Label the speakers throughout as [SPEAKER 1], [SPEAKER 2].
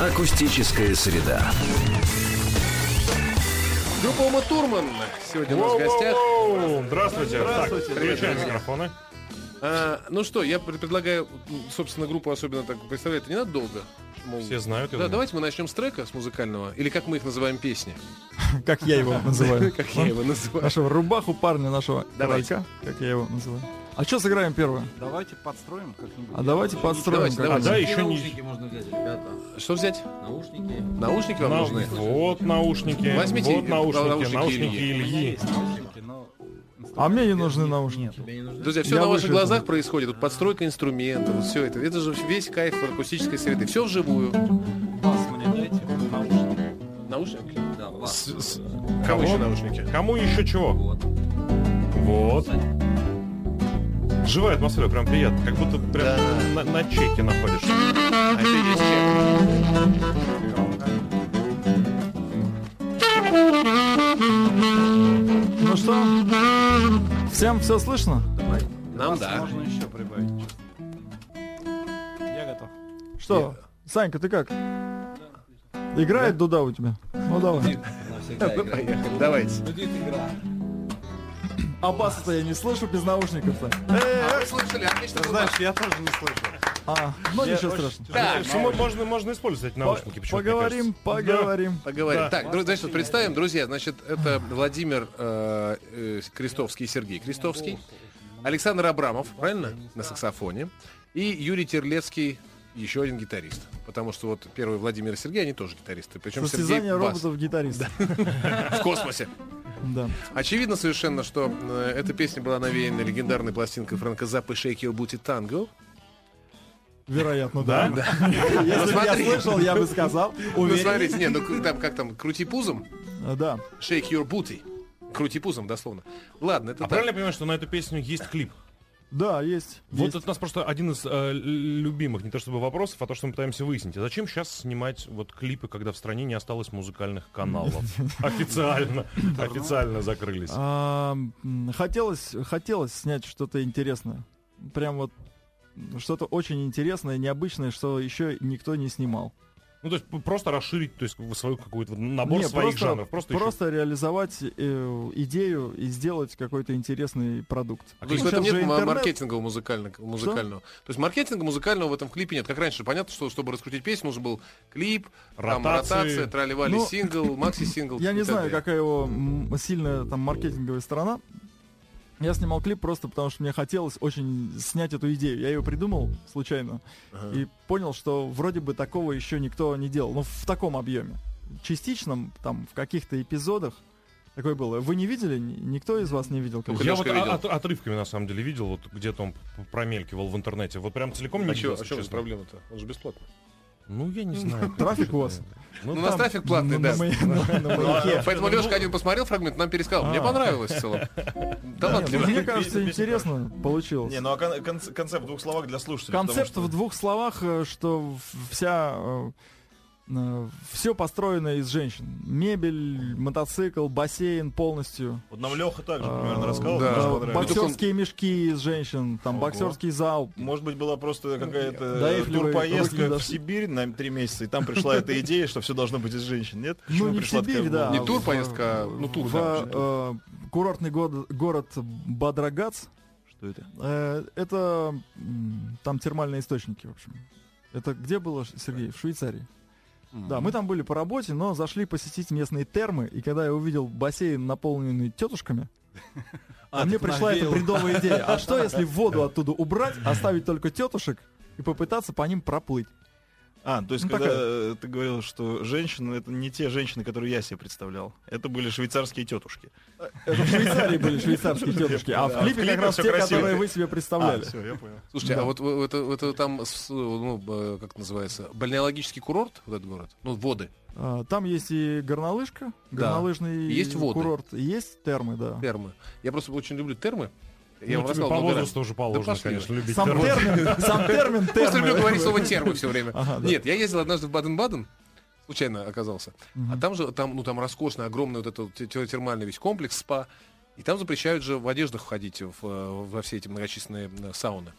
[SPEAKER 1] Акустическая среда.
[SPEAKER 2] Люба Турман сегодня у нас в гостях.
[SPEAKER 3] Воу! Здравствуйте.
[SPEAKER 2] Здравствуйте,
[SPEAKER 3] Так, Включаем
[SPEAKER 2] друзья.
[SPEAKER 3] микрофоны.
[SPEAKER 2] А, ну что, я пред- предлагаю, м, собственно, группу особенно так представлять. Это не надо долго. Мол,
[SPEAKER 3] Все знают. я
[SPEAKER 2] Да,
[SPEAKER 3] думаю.
[SPEAKER 2] давайте мы начнем с трека, с музыкального. Или как мы их называем песни.
[SPEAKER 4] Как я его называю.
[SPEAKER 2] Как я его называю.
[SPEAKER 4] Нашего рубаху парня, нашего
[SPEAKER 2] Давайте.
[SPEAKER 4] игрока, как я его называю. А что сыграем первое?
[SPEAKER 5] Давайте подстроим как-нибудь.
[SPEAKER 4] А давайте подстроим.
[SPEAKER 2] Давайте,
[SPEAKER 4] как-нибудь.
[SPEAKER 3] А,
[SPEAKER 2] давайте.
[SPEAKER 3] да, еще не...
[SPEAKER 5] Наушники можно взять, ребята.
[SPEAKER 2] Что взять?
[SPEAKER 5] Наушники.
[SPEAKER 2] Наушники вам
[SPEAKER 3] На-
[SPEAKER 2] нужны?
[SPEAKER 3] Вот наушники.
[SPEAKER 2] Возьмите э,
[SPEAKER 3] вот наушники.
[SPEAKER 2] наушники
[SPEAKER 3] Наушники,
[SPEAKER 2] Ильи.
[SPEAKER 5] У меня
[SPEAKER 3] Ильи.
[SPEAKER 5] есть наушники, но...
[SPEAKER 4] А мне не нужны наушники.
[SPEAKER 5] Тебе не нужны?
[SPEAKER 2] Друзья, все
[SPEAKER 4] Я
[SPEAKER 2] на ваших
[SPEAKER 4] вышел.
[SPEAKER 2] глазах происходит. Вот подстройка инструментов, все это. Это же весь кайф акустической среды. Все вживую.
[SPEAKER 5] Бас мне дайте, наушники.
[SPEAKER 2] Наушники?
[SPEAKER 5] Да, бас.
[SPEAKER 3] С- с-
[SPEAKER 2] Кого еще
[SPEAKER 3] Кого?
[SPEAKER 2] наушники?
[SPEAKER 3] Кому еще чего?
[SPEAKER 5] Вот.
[SPEAKER 3] Вот. Живая атмосфера, прям приятно. Как будто прям
[SPEAKER 2] Да.
[SPEAKER 3] на, на чеке находишься.
[SPEAKER 2] А это и есть чек.
[SPEAKER 4] Ну что? Всем все слышно?
[SPEAKER 2] Нам
[SPEAKER 5] Бас
[SPEAKER 2] да.
[SPEAKER 5] можно еще прибавить. честно. Я готов.
[SPEAKER 4] Что? Санька, ты как? Играет дуда у тебя? Ну давай.
[SPEAKER 5] Навсегда
[SPEAKER 2] Ну,
[SPEAKER 5] играть.
[SPEAKER 2] поехали. Давайте.
[SPEAKER 5] Будет игра.
[SPEAKER 4] А бас-то я не слышу без наушников-то.
[SPEAKER 2] А вы слышали? Отлично.
[SPEAKER 5] Знаешь, я тоже не слышал.
[SPEAKER 4] А, ну ничего страшного.
[SPEAKER 2] Так,
[SPEAKER 3] Знаешь, мо- можно, можно использовать эти наушники.
[SPEAKER 4] По-
[SPEAKER 3] почему-то, мне
[SPEAKER 4] Поговорим,
[SPEAKER 3] кажется.
[SPEAKER 4] поговорим.
[SPEAKER 2] Поговорим.
[SPEAKER 3] Да.
[SPEAKER 2] Так, друзья, значит, представим, друзья, значит, это Владимир э, э, Крестовский, Сергей Крестовский, Александр Абрамов, правильно, на саксофоне, и Юрий Терлецкий, еще один гитарист. Потому что вот первый Владимир и Сергей, они тоже гитаристы. Причем Сергей
[SPEAKER 4] Состязание
[SPEAKER 2] бас
[SPEAKER 4] роботов-гитаристов.
[SPEAKER 2] в космосе.
[SPEAKER 4] Да.
[SPEAKER 2] Очевидно совершенно, что э, эта песня была навеяна легендарной пластинкой Франка Заппы «Shake your booty tango».
[SPEAKER 4] Вероятно,
[SPEAKER 3] Да?
[SPEAKER 4] да. Если бы я
[SPEAKER 2] смотри.
[SPEAKER 4] слышал, я бы сказал.
[SPEAKER 2] Ну,
[SPEAKER 4] Уверен.
[SPEAKER 2] смотрите, не, ну к- там как там, крути пузом,
[SPEAKER 4] А, Да.
[SPEAKER 2] shake your booty. Крути пузом, дословно. Ладно, это
[SPEAKER 3] А
[SPEAKER 2] так.
[SPEAKER 3] правильно я понимаю, что на эту песню есть клип?
[SPEAKER 4] Да, есть.
[SPEAKER 3] Вот
[SPEAKER 4] есть.
[SPEAKER 3] это у нас просто один из э, л- любимых, не то чтобы вопросов, а то, что мы пытаемся выяснить. А зачем сейчас снимать вот клипы, когда в стране не осталось музыкальных каналов? Официально. Официально закрылись.
[SPEAKER 4] А, м, хотелось, хотелось снять что-то интересное. Прям вот м, что-то очень интересное, необычное, что еще никто не снимал.
[SPEAKER 3] Ну, то есть п- просто расширить, то есть в свою какую-то набор
[SPEAKER 4] Не,
[SPEAKER 3] своих
[SPEAKER 4] просто-
[SPEAKER 3] жанров. Просто, еще-
[SPEAKER 4] Просто реализовать э, идею и сделать какой-то интересный продукт.
[SPEAKER 2] А То есть в
[SPEAKER 4] Ну,
[SPEAKER 2] этом
[SPEAKER 4] сейчас
[SPEAKER 2] нет
[SPEAKER 4] же
[SPEAKER 2] м-
[SPEAKER 4] интернет.
[SPEAKER 2] маркетинга музыкального, музыкального. То есть маркетинга музыкального в этом клипе нет. Как раньше, понятно, что чтобы раскрутить песню, нужен был клип, там
[SPEAKER 3] Ротации.
[SPEAKER 2] ротация, траливали
[SPEAKER 4] Ну,
[SPEAKER 2] сингл, макси-сингл.
[SPEAKER 4] Я не
[SPEAKER 2] и так
[SPEAKER 4] знаю,
[SPEAKER 2] далее.
[SPEAKER 4] какая его м, сильная там маркетинговая сторона. Я снимал клип просто потому, что мне хотелось очень снять эту идею. Я ее придумал случайно
[SPEAKER 2] Ага.
[SPEAKER 4] и понял, что вроде бы такого еще никто не делал. Ну, в таком объеме. Частичном, там, в каких-то эпизодах такое было. Вы не видели? Н- Никто из вас не видел? клип?
[SPEAKER 2] Только
[SPEAKER 3] Я вот
[SPEAKER 2] Лёшка видел.
[SPEAKER 3] о- от- отрывками на самом деле видел, вот где-то он п- промелькивал в интернете. Вот прям целиком не
[SPEAKER 2] А чё-
[SPEAKER 3] видел.
[SPEAKER 2] а
[SPEAKER 3] если
[SPEAKER 2] чё у вас
[SPEAKER 3] честно.
[SPEAKER 2] проблема-то? Он же бесплатный.
[SPEAKER 3] Ну, я не знаю.
[SPEAKER 4] Трафик у вас.
[SPEAKER 2] Ну,
[SPEAKER 3] Ну,
[SPEAKER 2] у нас
[SPEAKER 4] там,
[SPEAKER 2] трафик платный,
[SPEAKER 4] ну,
[SPEAKER 2] да.
[SPEAKER 4] на моей- на- на маяке.
[SPEAKER 2] Поэтому Лешка один посмотрел фрагмент, нам пересказал. Мне
[SPEAKER 3] А.
[SPEAKER 2] понравилось в целом.
[SPEAKER 4] Не, ну,
[SPEAKER 2] Талантливо.
[SPEAKER 4] Мне кажется, интересно получилось.
[SPEAKER 6] Не, ну а кон- конц- концепт в двух словах для слушателей.
[SPEAKER 4] Концепт
[SPEAKER 6] потому
[SPEAKER 4] в
[SPEAKER 6] что-
[SPEAKER 4] двух словах, э, что в- вся все построено из женщин. Мебель, мотоцикл, бассейн полностью.
[SPEAKER 6] Вот нам Леха также
[SPEAKER 4] А,
[SPEAKER 6] примерно рассказал,
[SPEAKER 2] да.
[SPEAKER 6] мне
[SPEAKER 4] э,
[SPEAKER 6] тоже понравилось.
[SPEAKER 4] боксерские мешки из женщин, там
[SPEAKER 6] Ого.
[SPEAKER 4] боксерский зал.
[SPEAKER 6] Может быть, была просто какая-то
[SPEAKER 4] Доехали вы, руки не
[SPEAKER 6] турпоездка в
[SPEAKER 4] дошли.
[SPEAKER 6] Сибирь на три месяца, и там пришла эта идея, что все должно быть из женщин, нет?
[SPEAKER 4] Ну, не в
[SPEAKER 6] пришла такая
[SPEAKER 4] Сибирь, да.
[SPEAKER 6] волна?
[SPEAKER 2] Не
[SPEAKER 4] а
[SPEAKER 2] тур
[SPEAKER 4] в-
[SPEAKER 2] поездка, а, ну, тур,
[SPEAKER 4] в,
[SPEAKER 2] да, очень
[SPEAKER 4] э, курортный год- город Бадрагац.
[SPEAKER 6] Что это?
[SPEAKER 4] Э, это м, там термальные источники, в общем. Это где было, Ш- Сергей? В Швейцарии. Да, мы там были по работе, но зашли посетить местные термы, и когда я увидел бассейн, наполненный тетушками, а мне пришла эта бредовая идея. А что, если воду оттуда убрать, оставить только тетушек и попытаться по ним проплыть?
[SPEAKER 6] А, то есть,
[SPEAKER 4] Ну,
[SPEAKER 6] когда
[SPEAKER 4] такая.
[SPEAKER 6] э, ты говорил, что женщины это не те женщины, которые я себе представлял. Это были швейцарские тетушки.
[SPEAKER 4] Это в Швейцарии были швейцарские тетушки, а в
[SPEAKER 6] Да, в
[SPEAKER 4] клипе как
[SPEAKER 6] клипе
[SPEAKER 4] раз
[SPEAKER 6] всё
[SPEAKER 4] те,
[SPEAKER 6] красиво.
[SPEAKER 4] которые вы себе
[SPEAKER 2] А,
[SPEAKER 4] представляли.
[SPEAKER 6] все, А, я понял.
[SPEAKER 2] Слушайте, а вот в- это, это там, с- ну, э, как это называется, бальнеологический курорт, вот этот город, ну, воды,
[SPEAKER 4] А, Там есть и горнолыжка,
[SPEAKER 2] Да.
[SPEAKER 4] горнолыжный
[SPEAKER 2] Есть воды.
[SPEAKER 4] курорт, и есть термы, да.
[SPEAKER 2] термы. Я просто очень люблю термы. Я
[SPEAKER 3] ну,
[SPEAKER 2] вам
[SPEAKER 3] тебе
[SPEAKER 2] рассказывал
[SPEAKER 3] по
[SPEAKER 2] много раз.
[SPEAKER 3] возрасту уже положено,
[SPEAKER 2] пошли
[SPEAKER 3] конечно, любить
[SPEAKER 4] Сам
[SPEAKER 3] термин.
[SPEAKER 4] термин, сам термин
[SPEAKER 2] Просто
[SPEAKER 4] термы.
[SPEAKER 2] люблю говорить слово термы все время.
[SPEAKER 4] Ага, да.
[SPEAKER 2] Нет, я ездил однажды в Баден-Баден, случайно оказался.
[SPEAKER 4] Мгм.
[SPEAKER 2] А там же, там, ну, там роскошный, огромный вот этот вот те- те- термальный весь комплекс, спа. И там запрещают же в одеждах ходить в, э, во все эти многочисленные м, сауны.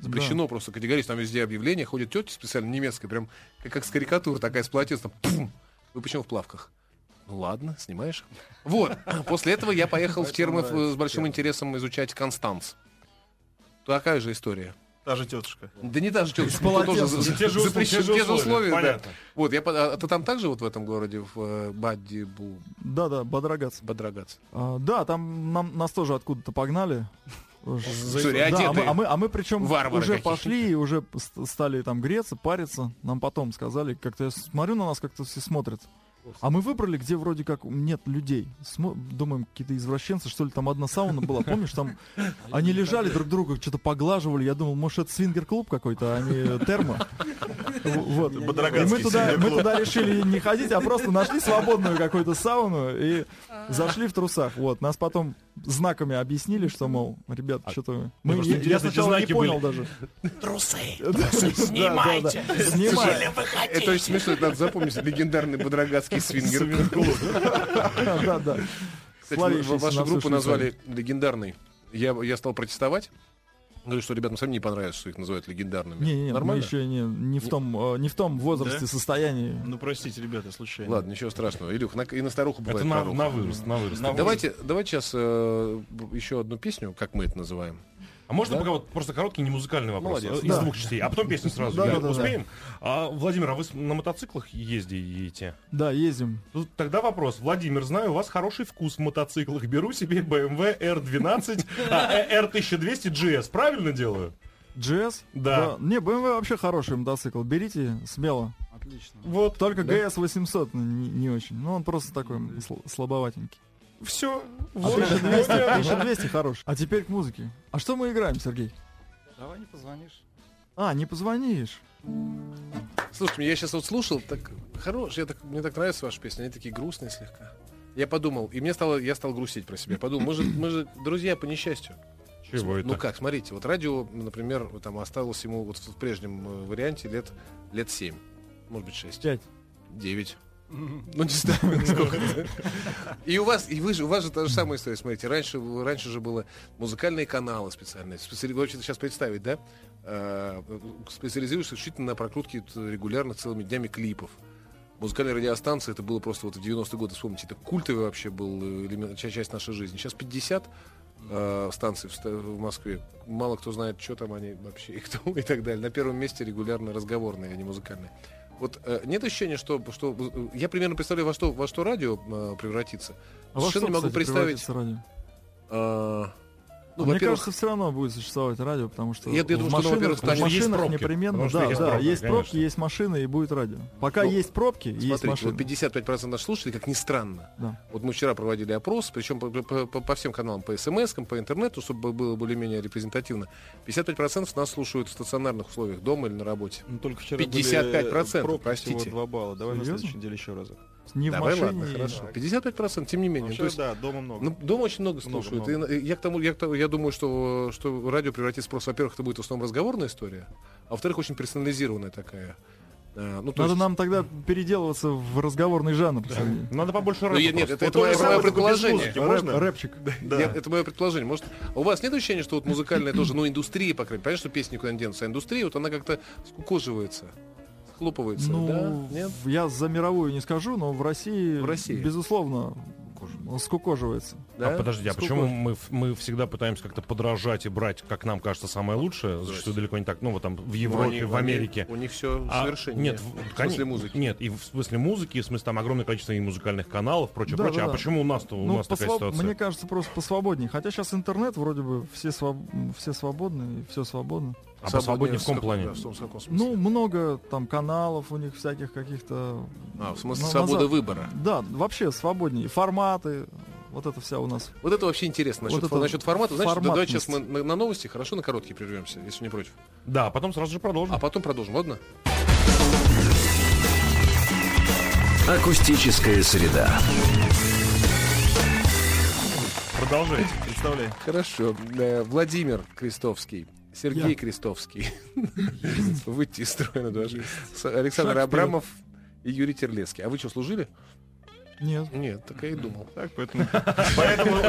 [SPEAKER 2] Запрещено просто категорически. Там везде объявления. Ходит тетя специально немецкая, прям как, как с карикатуры, такая с полотенцем. Пум! Вы почему в плавках? Ну ладно, снимаешь. Вот. а После этого я поехал в термы э, с большим интересом изучать Констанц. Такая же история.
[SPEAKER 6] Та же тетушка.
[SPEAKER 2] Да не та же тетушка.
[SPEAKER 4] полотенцем.
[SPEAKER 3] Те же условия,
[SPEAKER 2] запрещен-
[SPEAKER 3] те же
[SPEAKER 2] те же условия,
[SPEAKER 3] условия,
[SPEAKER 2] да.
[SPEAKER 3] понятно.
[SPEAKER 2] Вот, я, по- а ты там также вот в этом городе, в э, Бадди, Бу,
[SPEAKER 4] Да-да, Бадрагац.
[SPEAKER 2] Бадрагац?
[SPEAKER 4] А, да, там нам, нас тоже откуда-то погнали. Уж-
[SPEAKER 2] Смотри,
[SPEAKER 4] Да, а мы,
[SPEAKER 2] одетые.
[SPEAKER 4] а мы, причем
[SPEAKER 2] варвары
[SPEAKER 4] уже
[SPEAKER 2] какие-то.
[SPEAKER 4] пошли и уже ст- стали там греться, париться. Нам потом сказали, как-то я смотрю на нас, как-то все смотрят. А мы выбрали, где вроде как нет людей. Смо- Думаем, какие-то извращенцы, что ли, там одна сауна была, помнишь, там они лежали друг друга, что-то поглаживали. Я думал, может, это свингер-клуб какой-то, а не термо. Вот. И мы
[SPEAKER 6] Бодроградский
[SPEAKER 4] туда, мы
[SPEAKER 6] свингер-клуб.
[SPEAKER 4] туда решили не ходить, а просто нашли свободную какую-то сауну и зашли в трусах. Вот. Нас потом знаками объяснили, что, мол, ребят, что-то... вы- Мы,
[SPEAKER 3] просто
[SPEAKER 4] я, я
[SPEAKER 3] интересно, эти
[SPEAKER 4] сначала не
[SPEAKER 3] знаки
[SPEAKER 4] понял
[SPEAKER 3] были?
[SPEAKER 4] даже. Трусы! Снимайте! Снимайте!
[SPEAKER 2] Это очень смешно, это надо запомнить. Легендарный Бадрагатский свингер.
[SPEAKER 4] Да, да.
[SPEAKER 2] Кстати, вы-
[SPEAKER 4] Славящийся
[SPEAKER 2] вашу
[SPEAKER 4] на всю
[SPEAKER 2] группу
[SPEAKER 4] Швейцарию.
[SPEAKER 2] назвали легендарной. Я, я стал протестовать. Говорю, что ребятам самим не понравится, что их называют легендарными.
[SPEAKER 4] Не, не, мы
[SPEAKER 2] Нормально?
[SPEAKER 4] еще не, не, в том, э, не в том возрасте,
[SPEAKER 6] Да?
[SPEAKER 4] состоянии.
[SPEAKER 6] Ну, простите, ребята, случайно.
[SPEAKER 2] Ладно, ничего страшного. Илюх, на- и на старуху бывает
[SPEAKER 3] Это на,
[SPEAKER 2] поруха.
[SPEAKER 3] на вырост, на вырост.
[SPEAKER 2] Давайте, давайте сейчас э, б- еще одну песню, как мы это называем.
[SPEAKER 3] А можно пока вот просто короткий не музыкальный вопрос
[SPEAKER 2] Молодец.
[SPEAKER 3] э, из
[SPEAKER 4] Да.
[SPEAKER 3] двух частей, а потом песню сразу.
[SPEAKER 4] Да,
[SPEAKER 3] Юля,
[SPEAKER 4] да, да,
[SPEAKER 3] Успеем? А, Владимир, а вы с- на мотоциклах ездите?
[SPEAKER 4] Да, ездим.
[SPEAKER 3] Тут тогда вопрос. Владимир, знаю, у вас хороший вкус в мотоциклах. Беру себе BMW R12, а, э, R1200 GS. Правильно делаю?
[SPEAKER 4] GS?
[SPEAKER 3] Да.
[SPEAKER 4] Не, BMW вообще хороший мотоцикл. Берите смело.
[SPEAKER 5] Отлично.
[SPEAKER 4] Вот. Только GS 800 не, не очень. Ну, он просто такой м, сл- слабоватенький.
[SPEAKER 3] Все.
[SPEAKER 4] А 1200, 1200 хороший. А теперь к музыке. А что мы играем, Сергей?
[SPEAKER 5] Давай не позвонишь.
[SPEAKER 4] А, не позвонишь.
[SPEAKER 2] Слушайте, я сейчас вот слушал, так хорош, я так, мне так нравятся ваши песни, они такие грустные слегка. Я подумал, и мне стало, я стал грустить про себя. Подумал, мы же, мы же друзья по несчастью.
[SPEAKER 3] Чего это?
[SPEAKER 2] Ну как, смотрите, вот радио, например, вот там осталось ему вот в прежнем э, варианте лет, лет 7, может быть 6.
[SPEAKER 4] Пять.
[SPEAKER 2] 9. Ну, не знаю, сколько. И у вас, и вы же, у вас же та же самая история. Смотрите, раньше, раньше же было музыкальные каналы специальные. Специ- Вы вообще-то сейчас представить, да? Э, Специализируешься исключительно на прокрутке т- регулярно целыми днями клипов. Музыкальные радиостанции, это было просто вот в 90-е годы, вспомните, это культовый вообще был э, элемент, ча- часть нашей жизни. Сейчас 50 э, станций в, ста- в Москве. Мало кто знает, что там они вообще и кто и так далее. На первом месте регулярно разговорные, а не музыкальные. Вот э, нет ощущения, что, что э, я примерно представляю, во что, во что радио э, превратится.
[SPEAKER 4] А во
[SPEAKER 2] Совершенно
[SPEAKER 4] что,
[SPEAKER 2] не могу
[SPEAKER 4] кстати,
[SPEAKER 2] представить.
[SPEAKER 4] превратится радио?
[SPEAKER 2] э, ну,
[SPEAKER 4] А Мне
[SPEAKER 2] во-первых,
[SPEAKER 4] кажется, все равно будет существовать радио, потому что
[SPEAKER 2] Я- я
[SPEAKER 4] в
[SPEAKER 2] думаю, что оно,
[SPEAKER 4] машинах,
[SPEAKER 2] во-первых,
[SPEAKER 4] в
[SPEAKER 2] станет-
[SPEAKER 3] Потому что есть
[SPEAKER 4] машинах
[SPEAKER 3] пробки.
[SPEAKER 4] непременно,
[SPEAKER 3] Потому что
[SPEAKER 4] да,
[SPEAKER 3] есть
[SPEAKER 4] да,
[SPEAKER 3] пробки,
[SPEAKER 4] есть
[SPEAKER 3] конечно.
[SPEAKER 4] пробки, есть машины и будет радио. Пока
[SPEAKER 2] Ну,
[SPEAKER 4] есть пробки, есть
[SPEAKER 2] смотрите,
[SPEAKER 4] машины.
[SPEAKER 2] вот 55% наших слушателей, как ни странно.
[SPEAKER 4] Да.
[SPEAKER 2] Вот мы вчера проводили опрос, причем по, по- по- по всем каналам, по смс, по интернету, чтобы было более-менее репрезентативно. 55% нас слушают в стационарных условиях, дома или на работе.
[SPEAKER 6] Ну, только вчера
[SPEAKER 2] 55%,
[SPEAKER 6] были пробки
[SPEAKER 2] простите.
[SPEAKER 6] всего 2 балла. Давай на
[SPEAKER 4] Серьезно?
[SPEAKER 6] следующей неделе еще разок.
[SPEAKER 4] Не
[SPEAKER 2] Давай,
[SPEAKER 4] в машине.
[SPEAKER 2] ладно,
[SPEAKER 4] и-
[SPEAKER 2] хорошо. 55%, тем не менее.
[SPEAKER 6] Вообще,
[SPEAKER 2] То есть,
[SPEAKER 6] да, дома много.
[SPEAKER 2] Ну, дома очень много
[SPEAKER 6] Много,
[SPEAKER 2] слушают.
[SPEAKER 6] много.
[SPEAKER 2] И на- и я, к тому, я, к тому- я думаю, что, что радио превратится просто, во-первых, это будет в основном разговорная история, а во-вторых, очень персонализированная такая. А, ну, то
[SPEAKER 4] Надо
[SPEAKER 2] есть-
[SPEAKER 4] нам тогда переделываться в разговорный жанр. Сергей.
[SPEAKER 3] Надо побольше
[SPEAKER 2] Ну,
[SPEAKER 3] рэпа
[SPEAKER 2] я- нет,
[SPEAKER 3] просто.
[SPEAKER 2] это,
[SPEAKER 3] Вот
[SPEAKER 2] это
[SPEAKER 3] то
[SPEAKER 2] мое,
[SPEAKER 3] же самое,
[SPEAKER 2] мое
[SPEAKER 3] только без
[SPEAKER 2] предположение.
[SPEAKER 3] музыки.
[SPEAKER 6] можно?
[SPEAKER 4] Рэпчик.
[SPEAKER 6] Да.
[SPEAKER 2] Я- это мое предположение. Может, а у вас нет ощущения, что вот музыкальная тоже, ну, индустрия, по крайней мере, понятно, что песни никуда не денутся, а индустрия, вот она как-то скукоживается, схлопывается,
[SPEAKER 4] Ну,
[SPEAKER 2] да? Нет?
[SPEAKER 4] в- я за мировую не скажу, но в России,
[SPEAKER 2] В России.
[SPEAKER 4] безусловно, скукоживается.
[SPEAKER 2] Да?
[SPEAKER 3] А подожди, а
[SPEAKER 4] Сколько?
[SPEAKER 3] почему мы, в- мы всегда пытаемся как-то подражать и брать, как нам кажется, самое лучшее? Зачастую далеко не так. Ну, вот там в Европе, в Америке.
[SPEAKER 2] У них все
[SPEAKER 3] А,
[SPEAKER 2] совершенно.
[SPEAKER 3] Нет, в,
[SPEAKER 2] в смысле
[SPEAKER 3] кон-
[SPEAKER 2] музыки.
[SPEAKER 3] Нет, и в смысле музыки, и в смысле там огромное количество и музыкальных каналов, прочее,
[SPEAKER 4] Да,
[SPEAKER 3] прочее.
[SPEAKER 4] да,
[SPEAKER 3] а
[SPEAKER 4] да.
[SPEAKER 3] почему у нас-то у нас такая
[SPEAKER 4] посва-
[SPEAKER 3] ситуация?
[SPEAKER 4] Ну, мне кажется, просто посвободнее. Хотя сейчас интернет вроде бы все, своб- м, все свободны, и все свободно.
[SPEAKER 3] А посвободнее в каком плане?
[SPEAKER 2] Да, в том- в каком смысле?
[SPEAKER 4] Ну, много там каналов у них всяких каких-то.
[SPEAKER 2] а, в смысле
[SPEAKER 4] на-
[SPEAKER 2] свобода
[SPEAKER 4] назад.
[SPEAKER 2] выбора.
[SPEAKER 4] Да, вообще свободнее. И Форматы, вот это вся у нас.
[SPEAKER 2] Вот это вообще интересно. Насчет,
[SPEAKER 4] Вот это
[SPEAKER 2] насчет формата. Значит, да, давай сейчас мы
[SPEAKER 4] форматность.
[SPEAKER 2] на, на новости хорошо на короткие прервемся, если не против.
[SPEAKER 3] Да, а потом сразу же продолжим.
[SPEAKER 2] А потом продолжим, ладно?
[SPEAKER 1] Акустическая среда.
[SPEAKER 3] Продолжайте.
[SPEAKER 6] Представляй.
[SPEAKER 2] Хорошо. Э, Владимир Крестовский. Сергей
[SPEAKER 4] Я.
[SPEAKER 2] Крестовский. Выйти из строя надо даже. С- Александр
[SPEAKER 4] Шаг вперед.
[SPEAKER 2] Абрамов и Юрий Терлецкий. А вы что, служили?
[SPEAKER 4] Нет.
[SPEAKER 2] Нет, так я и думал.
[SPEAKER 6] Так, поэтому...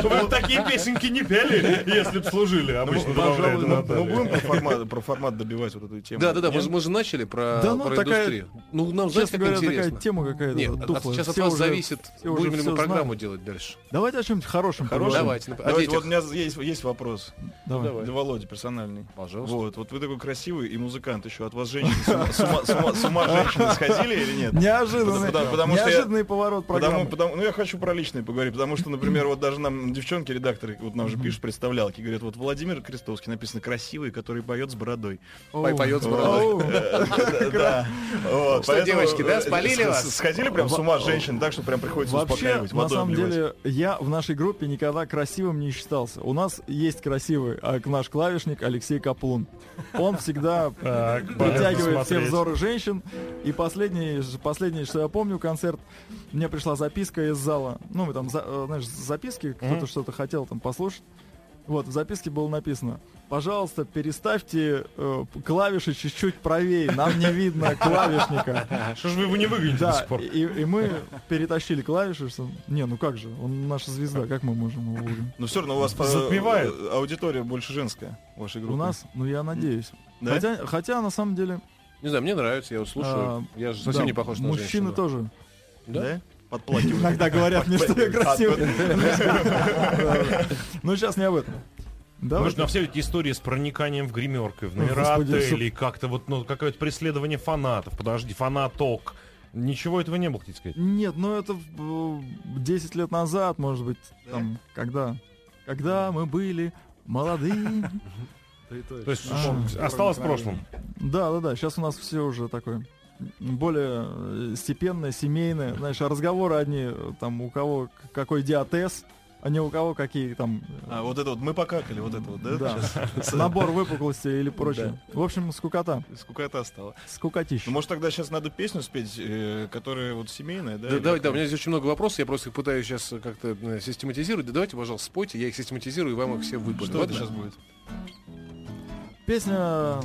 [SPEAKER 3] Вы бы такие песенки не пели, если бы служили. Обычно добавляет
[SPEAKER 6] Пожалуй, ну, ну,
[SPEAKER 3] Наталья.
[SPEAKER 6] будем про формат, про формат добивать вот эту тему.
[SPEAKER 2] Да, да, да, мы,
[SPEAKER 6] Нет?
[SPEAKER 2] же- мы же начали про,
[SPEAKER 4] Да ну,
[SPEAKER 2] про
[SPEAKER 4] такая-
[SPEAKER 2] индустрию. Ну, нам, знаете,
[SPEAKER 4] Честно
[SPEAKER 2] как
[SPEAKER 4] говоря,
[SPEAKER 2] интересно.
[SPEAKER 4] такая тема какая-то
[SPEAKER 2] Нет, от-
[SPEAKER 4] тухлая.
[SPEAKER 2] сейчас от
[SPEAKER 4] Все
[SPEAKER 2] вас
[SPEAKER 4] уже-
[SPEAKER 2] зависит,
[SPEAKER 4] все уже
[SPEAKER 2] будем ли
[SPEAKER 4] всё
[SPEAKER 2] мы программу
[SPEAKER 4] знают.
[SPEAKER 2] делать дальше.
[SPEAKER 4] Давайте о чем-нибудь хорошем.
[SPEAKER 6] Хорошем?
[SPEAKER 4] поговорим.
[SPEAKER 2] Давайте, ну, нап- о
[SPEAKER 6] Давайте,
[SPEAKER 2] детях.
[SPEAKER 6] вот у меня есть, есть вопрос
[SPEAKER 4] Давай.
[SPEAKER 2] Давай.
[SPEAKER 6] для Володи персональный.
[SPEAKER 2] Пожалуйста.
[SPEAKER 6] Вот, вот вы такой красивый и музыкант еще. От вас женщины с ума, с ума- с ума- с ума женщины сходили или нет?
[SPEAKER 4] Неожиданный,
[SPEAKER 6] Потому- потому что я-
[SPEAKER 4] неожиданный поворот программы.
[SPEAKER 6] Потому, потому, ну, я хочу про личные поговорить, потому что, например, вот даже нам девчонки, редакторы, вот нам же пишут представлялки, говорят, вот Владимир Крестовский написано красивый, который поет с бородой.
[SPEAKER 2] Пой- поет с бородой.
[SPEAKER 4] Оу.
[SPEAKER 6] Э, Да. да. Вот,
[SPEAKER 2] Что,
[SPEAKER 6] поэтому,
[SPEAKER 2] девочки, да,
[SPEAKER 6] э,
[SPEAKER 2] спалили
[SPEAKER 6] с-
[SPEAKER 2] вас?
[SPEAKER 6] с- Сходили прям с ума женщин, так что прям приходится
[SPEAKER 4] Вообще,
[SPEAKER 6] успокаивать,
[SPEAKER 4] на
[SPEAKER 6] водой
[SPEAKER 4] самом
[SPEAKER 6] обливать.
[SPEAKER 4] деле, я в нашей группе никогда красивым не считался. У нас есть красивый, а наш клавишник Алексей Каплун. Он всегда
[SPEAKER 6] А,
[SPEAKER 3] Так,
[SPEAKER 4] притягивает все
[SPEAKER 3] смотреть.
[SPEAKER 4] взоры женщин. И последний, ж- последнее, что я помню, концерт, мне пришла записка из зала. Ну, мы там, за- э, знаешь, записки, кто-то что-то хотел там послушать. Вот, в записке было написано, пожалуйста, переставьте э, п- клавиши чуть-чуть правее, нам не видно клавишника.
[SPEAKER 3] Что ж вы его не выгоните до
[SPEAKER 4] Да,
[SPEAKER 3] сих пор?
[SPEAKER 4] и, и мы перетащили клавиши, что... Не, ну как же, он наша звезда, как мы можем его выгнать?
[SPEAKER 6] Но все равно у вас по-
[SPEAKER 3] Затмевает.
[SPEAKER 6] э, аудитория больше женская в вашей группе.
[SPEAKER 4] У нас, ну я надеюсь.
[SPEAKER 6] Да?
[SPEAKER 4] Хотя, хотя, на самом деле...
[SPEAKER 2] Не знаю, мне нравится, я вот слушаю. Я же совсем
[SPEAKER 4] А, да,
[SPEAKER 2] не похож на
[SPEAKER 4] Мужчины
[SPEAKER 2] женщину.
[SPEAKER 4] тоже
[SPEAKER 2] Да?
[SPEAKER 6] Да? Подплакивают.
[SPEAKER 4] Иногда говорят мне, что я
[SPEAKER 6] А,
[SPEAKER 4] красивый. Ну, сейчас не об этом. Давай.
[SPEAKER 3] Нужно все эти истории с прониканием в гримерку, в номера
[SPEAKER 4] Господи,
[SPEAKER 3] отелей, как-то вот, ну, какое-то преследование фанатов. Подожди, фанаток. Ничего этого не было, хотите сказать.
[SPEAKER 4] Нет, ну это э, 10 лет назад, может быть, там, когда? Когда мы были молодые.
[SPEAKER 3] То есть
[SPEAKER 4] А.
[SPEAKER 3] м, осталось в прошлом.
[SPEAKER 4] Да, да, да, сейчас у нас все уже такое м, более э, степенное, семейное. Знаешь, а разговоры одни, э, там, у кого к- какой диатез, а не у кого какие там э,
[SPEAKER 6] А, вот это вот, мы покакали, вот это вот, да?
[SPEAKER 4] Да. набор выпуклости или прочее. В общем, скукота.
[SPEAKER 6] Сколько это остало?
[SPEAKER 4] Скукотища.
[SPEAKER 6] Ну, может, тогда сейчас надо песню спеть, э, которая вот семейная, да?
[SPEAKER 2] Да,
[SPEAKER 6] или
[SPEAKER 2] давай, да,
[SPEAKER 6] какая?
[SPEAKER 2] у меня здесь очень много вопросов, я просто их пытаюсь сейчас как-то э, систематизировать. Да Давайте, пожалуйста, спойте, я их систематизирую, и вам их все выпущу.
[SPEAKER 6] Что это сейчас будет?
[SPEAKER 4] Песня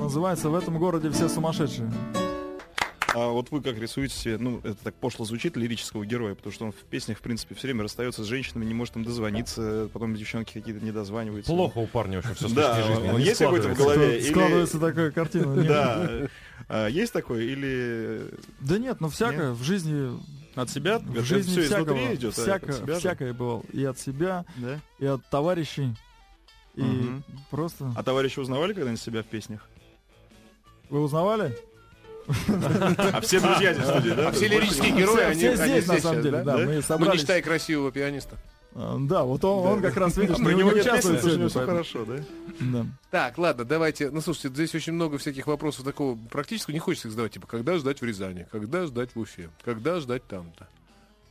[SPEAKER 4] называется «В этом городе все сумасшедшие».
[SPEAKER 6] А вот вы как рисуете себе, ну, это так пошло звучит, лирического героя, потому что он в песнях, в принципе, все время расстается с женщинами, не может им дозвониться, потом девчонки какие-то не дозваниваются.
[SPEAKER 3] Плохо у парня вообще все
[SPEAKER 6] Да,
[SPEAKER 3] жизни.
[SPEAKER 6] он
[SPEAKER 3] не
[SPEAKER 6] есть какой-то в
[SPEAKER 3] складывается.
[SPEAKER 4] Скла-
[SPEAKER 6] голове? или-
[SPEAKER 4] Складывается такая картина. нет?
[SPEAKER 6] Да. А есть такое? Или
[SPEAKER 4] Да нет, ну всякое в жизни,
[SPEAKER 6] от себя?
[SPEAKER 4] в жизни
[SPEAKER 6] все
[SPEAKER 4] всякого,
[SPEAKER 6] изнутри идет, а
[SPEAKER 4] всякое,
[SPEAKER 6] от себя же?
[SPEAKER 4] всякое бывало. И от себя,
[SPEAKER 6] Да?
[SPEAKER 4] и от товарищей, и
[SPEAKER 6] Мгм.
[SPEAKER 4] просто.
[SPEAKER 6] А товарищи узнавали когда-нибудь себя в песнях?
[SPEAKER 4] Вы узнавали?
[SPEAKER 6] А все друзья здесь в студии, да?
[SPEAKER 2] А все
[SPEAKER 6] Больше
[SPEAKER 2] лирические
[SPEAKER 6] не-
[SPEAKER 2] герои,
[SPEAKER 4] все,
[SPEAKER 2] они,
[SPEAKER 4] все
[SPEAKER 2] они
[SPEAKER 4] здесь, на самом
[SPEAKER 2] сейчас,
[SPEAKER 4] деле,
[SPEAKER 2] да?
[SPEAKER 4] да,
[SPEAKER 6] да?
[SPEAKER 4] мы
[SPEAKER 2] Ну, не
[SPEAKER 4] собрались.
[SPEAKER 2] считая красивого пианиста.
[SPEAKER 4] А, Да, вот он, он как раз, видишь,
[SPEAKER 6] А Про
[SPEAKER 4] не
[SPEAKER 6] него нет песен,
[SPEAKER 4] участвует
[SPEAKER 6] потому что у
[SPEAKER 4] сегодня.
[SPEAKER 6] него все
[SPEAKER 4] поэтому-
[SPEAKER 6] хорошо, да?
[SPEAKER 4] Да.
[SPEAKER 2] Так, ладно, давайте. Ну, слушайте, здесь очень много всяких вопросов такого практического. Не хочется их задавать. Типа, когда ждать в Рязани? Когда ждать в Уфе? Когда ждать там-то?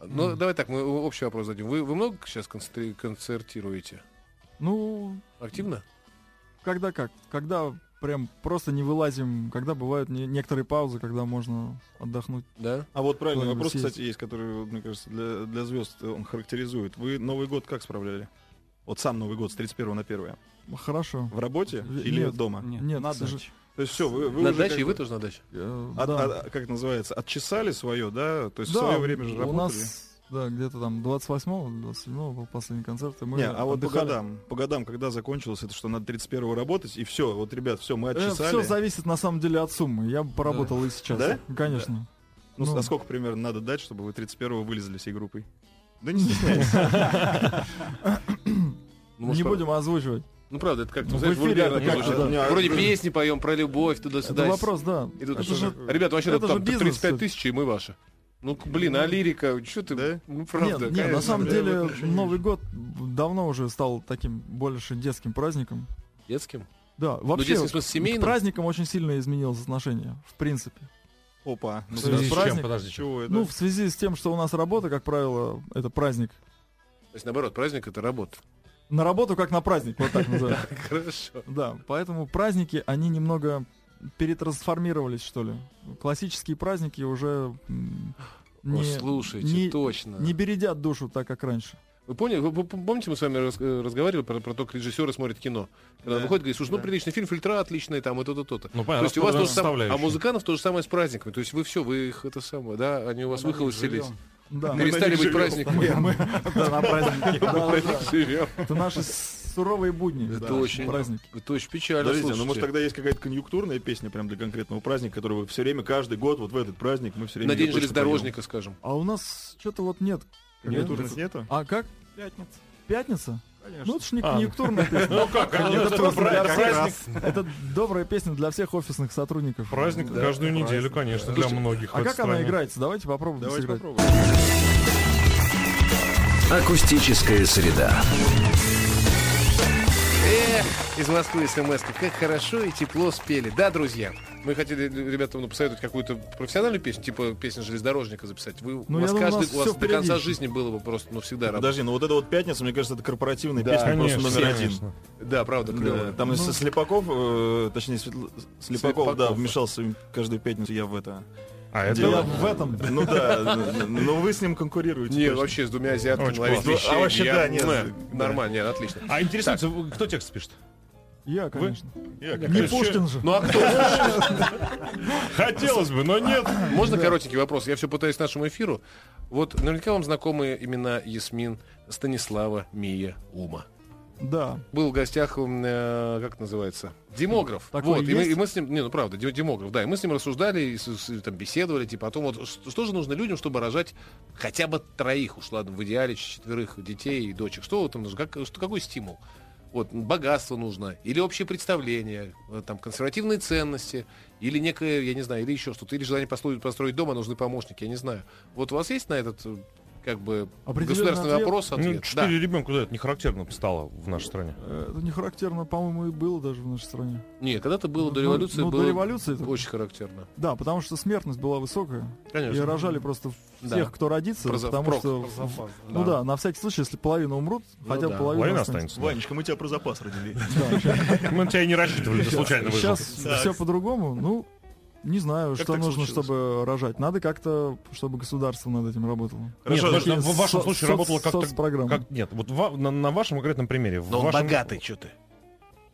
[SPEAKER 2] Ну, давай так, мы общий вопрос зададим. Вы, вы много сейчас концентри- концертируете?
[SPEAKER 4] Ну,
[SPEAKER 2] Активно?
[SPEAKER 4] когда как? Когда прям просто не вылазим, когда бывают не- некоторые паузы, когда можно отдохнуть.
[SPEAKER 2] Да?
[SPEAKER 6] А вот правильный
[SPEAKER 4] Куда-нибудь
[SPEAKER 6] вопрос,
[SPEAKER 4] съездить.
[SPEAKER 6] кстати, есть, который, вот, мне кажется, для, для звезд он характеризует. Вы Новый год как справляли? Вот сам Новый год с 31 на 1.
[SPEAKER 4] Хорошо.
[SPEAKER 6] В работе
[SPEAKER 4] В-
[SPEAKER 6] или
[SPEAKER 4] нет.
[SPEAKER 6] дома?
[SPEAKER 5] Нет,
[SPEAKER 4] Нет,
[SPEAKER 5] на
[SPEAKER 4] к сожа-
[SPEAKER 5] даче.
[SPEAKER 6] То есть все, вы, вы
[SPEAKER 2] на
[SPEAKER 6] уже
[SPEAKER 2] даче
[SPEAKER 6] как
[SPEAKER 2] и вы
[SPEAKER 6] бы
[SPEAKER 2] тоже на даче?
[SPEAKER 4] Э,
[SPEAKER 6] от-
[SPEAKER 4] да.
[SPEAKER 6] от- как называется, отчесали свое, да? То есть
[SPEAKER 4] Да,
[SPEAKER 6] А, в свое время же
[SPEAKER 4] у
[SPEAKER 6] работали.
[SPEAKER 4] нас, да, где-то там 28-го, 27-го был последний концерт, и мы
[SPEAKER 6] Не, а вот по
[SPEAKER 4] отдыхали.
[SPEAKER 6] годам, по годам, когда закончилось это, что надо 31 работать, и все, вот, ребят, все, мы отчесали.
[SPEAKER 4] Все Э, зависит на самом деле от суммы. Я бы поработал и сейчас.
[SPEAKER 6] Да?
[SPEAKER 4] Конечно.
[SPEAKER 6] Ну,
[SPEAKER 4] ну.
[SPEAKER 6] а сколько примерно надо дать, чтобы вы 31 вылезли всей группой? Да не стесняйтесь.
[SPEAKER 2] Ну, может,
[SPEAKER 4] не
[SPEAKER 2] по-
[SPEAKER 4] будем озвучивать.
[SPEAKER 2] Ну, правда, это как-то,
[SPEAKER 4] Ну,
[SPEAKER 2] знаешь,
[SPEAKER 4] в эфире
[SPEAKER 2] вульгарно
[SPEAKER 4] это как
[SPEAKER 2] звучит.
[SPEAKER 4] же, да.
[SPEAKER 6] У меня-
[SPEAKER 2] Вроде песни поем про любовь
[SPEAKER 4] Это
[SPEAKER 2] туда-сюда.
[SPEAKER 4] вопрос, да.
[SPEAKER 2] И тут,
[SPEAKER 4] Это
[SPEAKER 2] «Слушай,
[SPEAKER 4] же-
[SPEAKER 2] ребята, вообще
[SPEAKER 4] это
[SPEAKER 2] там
[SPEAKER 4] же
[SPEAKER 2] там
[SPEAKER 4] бизнес
[SPEAKER 2] 35
[SPEAKER 4] всё-таки.
[SPEAKER 2] тысяч, и мы ваши. Ну, блин, а лирика, что ты?
[SPEAKER 6] Да?
[SPEAKER 2] Ну,
[SPEAKER 4] Нет,
[SPEAKER 2] правда,
[SPEAKER 4] нет,
[SPEAKER 2] конечно.
[SPEAKER 4] на самом
[SPEAKER 6] да,
[SPEAKER 4] деле
[SPEAKER 6] выключение
[SPEAKER 4] Новый год давно уже стал таким больше детским праздником.
[SPEAKER 2] Детским?
[SPEAKER 4] Да, вообще
[SPEAKER 2] Ну, детский, в смысле,
[SPEAKER 4] к
[SPEAKER 2] семейным?
[SPEAKER 4] праздникам очень сильно изменилось отношение, в принципе.
[SPEAKER 6] Опа.
[SPEAKER 3] В
[SPEAKER 6] Ну,
[SPEAKER 3] связи
[SPEAKER 4] да,
[SPEAKER 3] с
[SPEAKER 4] праздник.
[SPEAKER 3] чем? Подожди.
[SPEAKER 6] чего это?
[SPEAKER 4] Ну, в связи с тем, что у нас работа, как правило, это праздник.
[SPEAKER 2] То есть, наоборот, праздник — это работа.
[SPEAKER 4] На работу как на праздник, вот так называют.
[SPEAKER 2] Хорошо.
[SPEAKER 4] Да, поэтому праздники, они немного перетрансформировались, что ли. Классические праздники уже м, не,
[SPEAKER 2] О, слушайте,
[SPEAKER 4] не-
[SPEAKER 2] точно.
[SPEAKER 4] не бередят душу так, как раньше.
[SPEAKER 2] Вы, поняли, вы, вы помните, мы с вами раз- э, разговаривали про, про то, как режиссеры смотрят кино? Когда
[SPEAKER 6] Да.
[SPEAKER 2] он выходит и говорит, слушай, ну,
[SPEAKER 6] Да.
[SPEAKER 2] приличный фильм, фильтра отличные, там, и то-то, то-то.
[SPEAKER 3] Ну,
[SPEAKER 2] То
[SPEAKER 3] понятно,
[SPEAKER 2] есть у вас а то же самое,
[SPEAKER 3] составляющая.
[SPEAKER 2] а музыкантов то же самое с праздниками. То есть вы все, вы их это самое, да, они у вас выхолостились.
[SPEAKER 4] Да, мы-
[SPEAKER 2] Перестали быть
[SPEAKER 6] живем.
[SPEAKER 2] праздником.
[SPEAKER 4] мы- мы- да, на праздники. Да, да, да.
[SPEAKER 2] Живем.
[SPEAKER 4] Это наши суровые будни.
[SPEAKER 2] Это
[SPEAKER 4] Да,
[SPEAKER 2] очень-
[SPEAKER 4] Праздники.
[SPEAKER 2] Это очень печально.
[SPEAKER 6] Подождите, ну
[SPEAKER 2] слушайте.
[SPEAKER 6] может тогда есть какая-то конъюнктурная песня прям для конкретного праздника, которую вы все время, каждый год, вот в этот праздник мы все время...
[SPEAKER 2] На
[SPEAKER 6] её
[SPEAKER 2] день
[SPEAKER 6] точно
[SPEAKER 2] железнодорожника, скажем.
[SPEAKER 4] А у нас что-то вот нет.
[SPEAKER 6] поем. Конъюнктурных нету?
[SPEAKER 4] А как?
[SPEAKER 6] Пятница.
[SPEAKER 4] Пятница? Ну,
[SPEAKER 6] Конечно.
[SPEAKER 4] это ж не
[SPEAKER 3] А.
[SPEAKER 4] конъюнктурная песня.
[SPEAKER 3] Ну как,
[SPEAKER 4] Это
[SPEAKER 3] конечно,
[SPEAKER 4] просто
[SPEAKER 3] пра-
[SPEAKER 4] для всех.
[SPEAKER 3] праздник.
[SPEAKER 4] Это добрая песня для всех офисных сотрудников.
[SPEAKER 3] Праздник каждую неделю, конечно, для многих. в
[SPEAKER 4] А
[SPEAKER 3] этой
[SPEAKER 4] как она
[SPEAKER 3] стране.
[SPEAKER 4] играется? Давайте попробуем
[SPEAKER 6] Давайте
[SPEAKER 4] сыграть.
[SPEAKER 6] попробуем.
[SPEAKER 1] Акустическая среда.
[SPEAKER 2] Эх, из Москвы смс Как хорошо и тепло спели. Да, друзья. Мы хотели ребятам ну, посоветовать какую-то профессиональную песню, типа песня железнодорожника записать. Вы, у
[SPEAKER 4] Ну,
[SPEAKER 2] вас
[SPEAKER 4] я думаю, у
[SPEAKER 2] каждый,
[SPEAKER 4] нас
[SPEAKER 2] у вас
[SPEAKER 4] всё
[SPEAKER 2] до конца
[SPEAKER 4] впереди.
[SPEAKER 2] жизни было бы просто ну, всегда работать.
[SPEAKER 6] Подожди, ну вот эта вот пятница, мне кажется, это корпоративная песня
[SPEAKER 3] Конечно,
[SPEAKER 6] просто номер один.
[SPEAKER 3] конечно.
[SPEAKER 2] Да, правда, клево.
[SPEAKER 6] Да, там
[SPEAKER 4] Ну.
[SPEAKER 6] из Слепаков, э, точнее, Светл- Слепаков,
[SPEAKER 2] Слепаков.
[SPEAKER 6] да, вмешался каждую пятницу я в это.
[SPEAKER 3] А
[SPEAKER 4] Дело
[SPEAKER 3] это...
[SPEAKER 4] в этом.
[SPEAKER 6] Ну да, ну, ну вы с ним конкурируете.
[SPEAKER 2] Не,
[SPEAKER 6] точно.
[SPEAKER 2] вообще с двумя азиатами
[SPEAKER 3] Очень
[SPEAKER 2] ловить
[SPEAKER 6] классно.
[SPEAKER 2] вещей.
[SPEAKER 6] А вообще,
[SPEAKER 2] я-
[SPEAKER 6] да, нет,
[SPEAKER 2] мэ,
[SPEAKER 6] да.
[SPEAKER 2] Нормально, нет, отлично.
[SPEAKER 3] А интересуется, вы- кто текст пишет?
[SPEAKER 4] Я, конечно.
[SPEAKER 6] Я,
[SPEAKER 4] Не
[SPEAKER 6] конечно.
[SPEAKER 4] Пушкин же.
[SPEAKER 2] Ну а кто?
[SPEAKER 3] Хотелось бы, но нет.
[SPEAKER 2] Можно коротенький вопрос? Я все пытаюсь нашему эфиру. Вот наверняка вам знакомы имена Ясмин, Станислава, Мия, Ума.
[SPEAKER 4] Да.
[SPEAKER 2] был в гостях, м, э, как называется, демограф.
[SPEAKER 4] Такой
[SPEAKER 2] вот, и мы,
[SPEAKER 4] есть?
[SPEAKER 2] и мы с ним, не, ну правда, де- демограф, да, и мы с ним рассуждали, и с- с- там беседовали, типа о том, вот, что, что же нужно людям, чтобы рожать хотя бы троих, уж ладно, в идеале четверых детей и дочек. Что вот им нужно, как, что, какой стимул? Вот, богатство нужно, или общее представление, э, там, консервативные ценности, или некое, я не знаю, или еще что-то, или желание построить, построить дом, а нужны помощники, я не знаю. Вот у вас есть на этот, э, как бы,
[SPEAKER 4] Определенный
[SPEAKER 2] государственный
[SPEAKER 4] ответ?
[SPEAKER 2] вопрос,
[SPEAKER 3] Ну,
[SPEAKER 2] ответ? Да.
[SPEAKER 3] четыре ребенка, да, это не характерно стало в нашей стране.
[SPEAKER 4] Э, Это не характерно, по-моему, и было даже в нашей стране.
[SPEAKER 2] Нет, когда-то было до
[SPEAKER 4] Ну,
[SPEAKER 2] революции,
[SPEAKER 4] ну, до
[SPEAKER 2] было
[SPEAKER 4] революции это-
[SPEAKER 2] очень характерно.
[SPEAKER 4] Да, потому что смертность была высокая. И
[SPEAKER 2] Конечно.
[SPEAKER 4] рожали просто
[SPEAKER 2] Да.
[SPEAKER 4] всех, кто родится,
[SPEAKER 2] Проза-
[SPEAKER 4] потому
[SPEAKER 2] впрок.
[SPEAKER 4] что...
[SPEAKER 5] Запас.
[SPEAKER 4] Ну да, на всякий случай, если половина умрут, хотя бы
[SPEAKER 2] Ну да.
[SPEAKER 4] половина,
[SPEAKER 3] Половина останется. да.
[SPEAKER 6] Ванечка, мы тебя про запас родили.
[SPEAKER 3] Мы на тебя и не рассчитывали, ты случайно выжил.
[SPEAKER 4] Сейчас
[SPEAKER 6] Так.
[SPEAKER 4] все по-другому. Ну, не знаю,
[SPEAKER 6] Как
[SPEAKER 4] что
[SPEAKER 6] так
[SPEAKER 4] нужно,
[SPEAKER 6] случилось?
[SPEAKER 4] чтобы рожать. Надо как-то, чтобы государство над этим работало.
[SPEAKER 3] Нет,
[SPEAKER 6] Хорошо,
[SPEAKER 3] подожди,
[SPEAKER 4] Такие
[SPEAKER 3] в вашем
[SPEAKER 4] со-
[SPEAKER 3] случае
[SPEAKER 4] соц-
[SPEAKER 3] работало как-то...
[SPEAKER 4] соцпрограммы.
[SPEAKER 3] Как, нет, вот ва- на, на вашем конкретном примере. в
[SPEAKER 2] Но Ну, он
[SPEAKER 3] вашем-
[SPEAKER 2] богатый, что ты?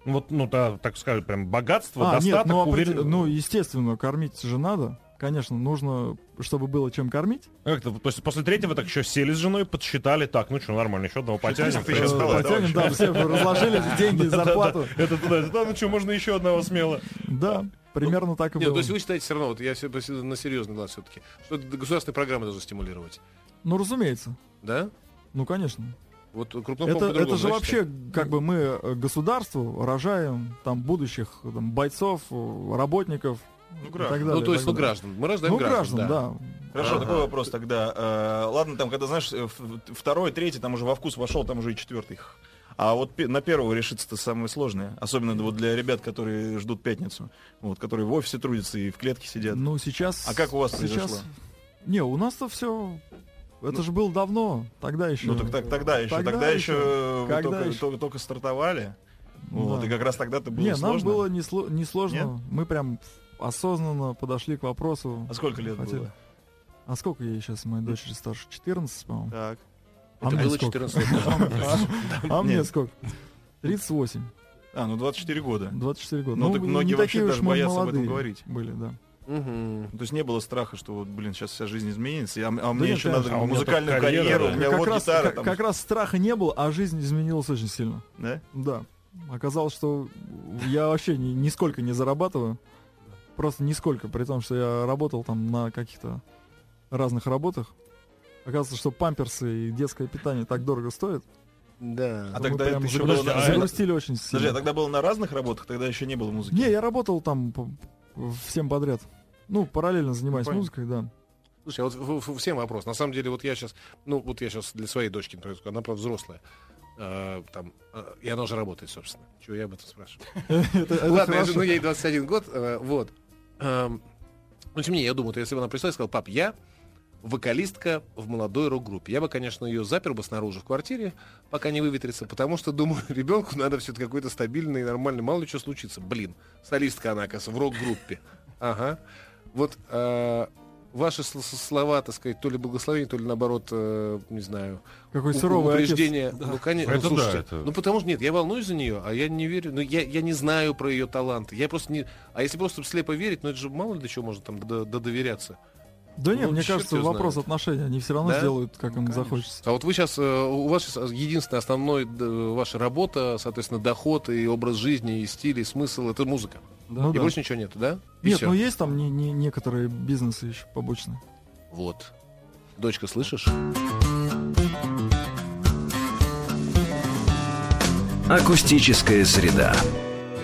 [SPEAKER 3] Вот, ну, да, так скажем, прям богатство,
[SPEAKER 4] А,
[SPEAKER 3] достаток,
[SPEAKER 4] нет, ну, определ-
[SPEAKER 3] уверен...
[SPEAKER 4] ну, естественно, кормить же надо. Конечно, нужно, чтобы было чем кормить.
[SPEAKER 3] Как это, то есть после третьего так еще сели с женой, подсчитали, так, ну что, нормально, еще одного потянем.
[SPEAKER 6] Ты сейчас
[SPEAKER 4] Э,
[SPEAKER 6] давай,
[SPEAKER 4] потянем, да, все разложили деньги, зарплату.
[SPEAKER 3] Это туда, это туда, ну что, можно еще одного смело.
[SPEAKER 4] Да, примерно так и
[SPEAKER 2] Нет, ну, то
[SPEAKER 4] было.
[SPEAKER 2] есть вы считаете все равно, вот я всё- всё- на серьезный глаз все-таки, что это государственные программы должны стимулировать,
[SPEAKER 4] Ну, разумеется.
[SPEAKER 2] да?
[SPEAKER 4] Ну, конечно.
[SPEAKER 2] Вот крупному
[SPEAKER 4] Это, это же вообще, как бы мы э, государству рожаем там будущих там, бойцов, э, работников.
[SPEAKER 6] Ну,
[SPEAKER 4] и
[SPEAKER 6] граждан.
[SPEAKER 4] так далее,
[SPEAKER 2] Ну,
[SPEAKER 4] и
[SPEAKER 2] то есть,
[SPEAKER 4] так
[SPEAKER 2] ну,
[SPEAKER 4] далее.
[SPEAKER 2] граждан. Мы рождаем
[SPEAKER 4] Ну, граждан,
[SPEAKER 2] да.
[SPEAKER 4] да.
[SPEAKER 6] Хорошо,
[SPEAKER 2] Ага.
[SPEAKER 6] такой вопрос тогда. Э, Ладно, там, когда, знаешь, э, в- второй, третий, там уже во вкус вошел, там уже и четвертый. А вот пе- на первого решится-то самое сложное. Особенно вот для ребят, которые ждут пятницу. Вот, которые в офисе трудятся и в клетке сидят.
[SPEAKER 4] Ну, сейчас...
[SPEAKER 6] А как у вас произошло?
[SPEAKER 4] сейчас... Не, у нас-то все... Это же было давно, тогда еще.
[SPEAKER 6] Ну, так, так- тогда еще. Тогда,
[SPEAKER 4] Тогда
[SPEAKER 6] еще,
[SPEAKER 4] еще.
[SPEAKER 6] вы
[SPEAKER 4] Когда
[SPEAKER 6] только,
[SPEAKER 4] еще?
[SPEAKER 6] только- только стартовали. ну, Вот,
[SPEAKER 4] Да.
[SPEAKER 6] и как раз тогда-то было
[SPEAKER 4] не,
[SPEAKER 6] сложно.
[SPEAKER 4] нам было не, сло- не сложно. Мы прям осознанно подошли к вопросу.
[SPEAKER 6] А сколько лет
[SPEAKER 4] Хотели.
[SPEAKER 6] было?
[SPEAKER 4] А сколько ей сейчас моей дочери старше? 14, по-моему.
[SPEAKER 6] Так.
[SPEAKER 4] А
[SPEAKER 2] Это
[SPEAKER 4] мне
[SPEAKER 2] было
[SPEAKER 4] сколько?
[SPEAKER 2] 14 лет назад.
[SPEAKER 4] А мне
[SPEAKER 6] Нет.
[SPEAKER 4] сколько? 38,
[SPEAKER 6] А, ну 24 года.
[SPEAKER 4] 24 года.
[SPEAKER 6] Ну, так
[SPEAKER 4] не
[SPEAKER 6] многие вообще
[SPEAKER 4] такие
[SPEAKER 6] даже
[SPEAKER 4] уж мы
[SPEAKER 6] боятся об этом
[SPEAKER 4] молодые
[SPEAKER 6] говорить.
[SPEAKER 4] Были, да.
[SPEAKER 2] Мгм.
[SPEAKER 6] Ну, То есть не было страха, что вот, блин, сейчас вся жизнь изменится, а, а мне
[SPEAKER 4] нет,
[SPEAKER 6] еще
[SPEAKER 4] конечно.
[SPEAKER 6] надо
[SPEAKER 3] А у меня
[SPEAKER 6] музыкальную
[SPEAKER 3] только карьера,
[SPEAKER 6] карьеру,
[SPEAKER 3] да.
[SPEAKER 6] у меня
[SPEAKER 4] как,
[SPEAKER 6] вот
[SPEAKER 4] раз,
[SPEAKER 6] гитара
[SPEAKER 4] как-
[SPEAKER 6] там.
[SPEAKER 4] как раз страха не было, а жизнь изменилась очень сильно.
[SPEAKER 6] Да?
[SPEAKER 4] Да. Оказалось, что я вообще ни- нисколько не зарабатываю. Просто нисколько, при том, что я работал там на каких-то разных работах. Оказывается, что памперсы и детское питание так дорого стоят.
[SPEAKER 2] Да.
[SPEAKER 6] А
[SPEAKER 4] Ну, Мы
[SPEAKER 6] тогда
[SPEAKER 4] прям
[SPEAKER 6] это еще
[SPEAKER 4] загру-
[SPEAKER 6] было на-
[SPEAKER 4] загрустили очень сильно.
[SPEAKER 6] Подожди, а тогда было на разных работах, тогда еще не было музыки.
[SPEAKER 4] Не, я работал там по- всем подряд. Ну, параллельно занимаюсь
[SPEAKER 6] понятно.
[SPEAKER 4] музыкой, да.
[SPEAKER 2] Слушай, а вот в- в- всем вопрос. На самом деле, вот я сейчас, ну, вот я сейчас для своей дочки, например, скажу, она, правда, взрослая. Э, там, э, и она уже работает, собственно. Чего я об этом спрашиваю?
[SPEAKER 4] Это- это
[SPEAKER 2] Ладно, я
[SPEAKER 4] хорошо.
[SPEAKER 2] же- ну ей 21 год, э, вот. Эм, Ну, тем не менее, я думаю, то если бы она пришла и сказала, пап, я вокалистка в молодой рок-группе. Я бы, конечно, ее запер бы снаружи в квартире, пока не выветрится, потому что, думаю, ребенку надо все-таки какой-то стабильный и нормальный, мало ли что случится. Блин, солистка она, оказывается, в рок-группе. Ага. Вот э, ваши сл- с- слова, так сказать, то ли благословение, то ли наоборот, э, не знаю,
[SPEAKER 4] Какой
[SPEAKER 2] у-
[SPEAKER 4] суровый отец.
[SPEAKER 2] упреждение. Ну, конечно. ну,
[SPEAKER 3] Это
[SPEAKER 2] слушайте,
[SPEAKER 3] да, это-
[SPEAKER 2] ну, потому что нет, я волнуюсь за нее, а я не верю. Ну, я, я не знаю про ее таланты. Я просто не. А если просто слепо верить, ну это же мало ли до чего можно там до- до- доверяться.
[SPEAKER 4] Да нет,
[SPEAKER 2] Ну,
[SPEAKER 4] мне
[SPEAKER 2] черт
[SPEAKER 4] кажется,
[SPEAKER 2] его
[SPEAKER 4] вопрос
[SPEAKER 2] знает.
[SPEAKER 4] отношений. Они все равно
[SPEAKER 2] Да?
[SPEAKER 4] сделают, как им захочется.
[SPEAKER 2] А вот вы сейчас, у вас сейчас единственная основной д- ваша работа, соответственно, доход и образ жизни, и стиль, и смысл — это музыка.
[SPEAKER 4] Ну
[SPEAKER 2] и
[SPEAKER 4] да.
[SPEAKER 2] больше ничего нету, да? И
[SPEAKER 4] Нет,
[SPEAKER 2] всё.
[SPEAKER 4] ну есть там не, не- некоторые бизнесы еще побочные.
[SPEAKER 2] Вот. Дочка, слышишь?
[SPEAKER 1] Акустическая среда.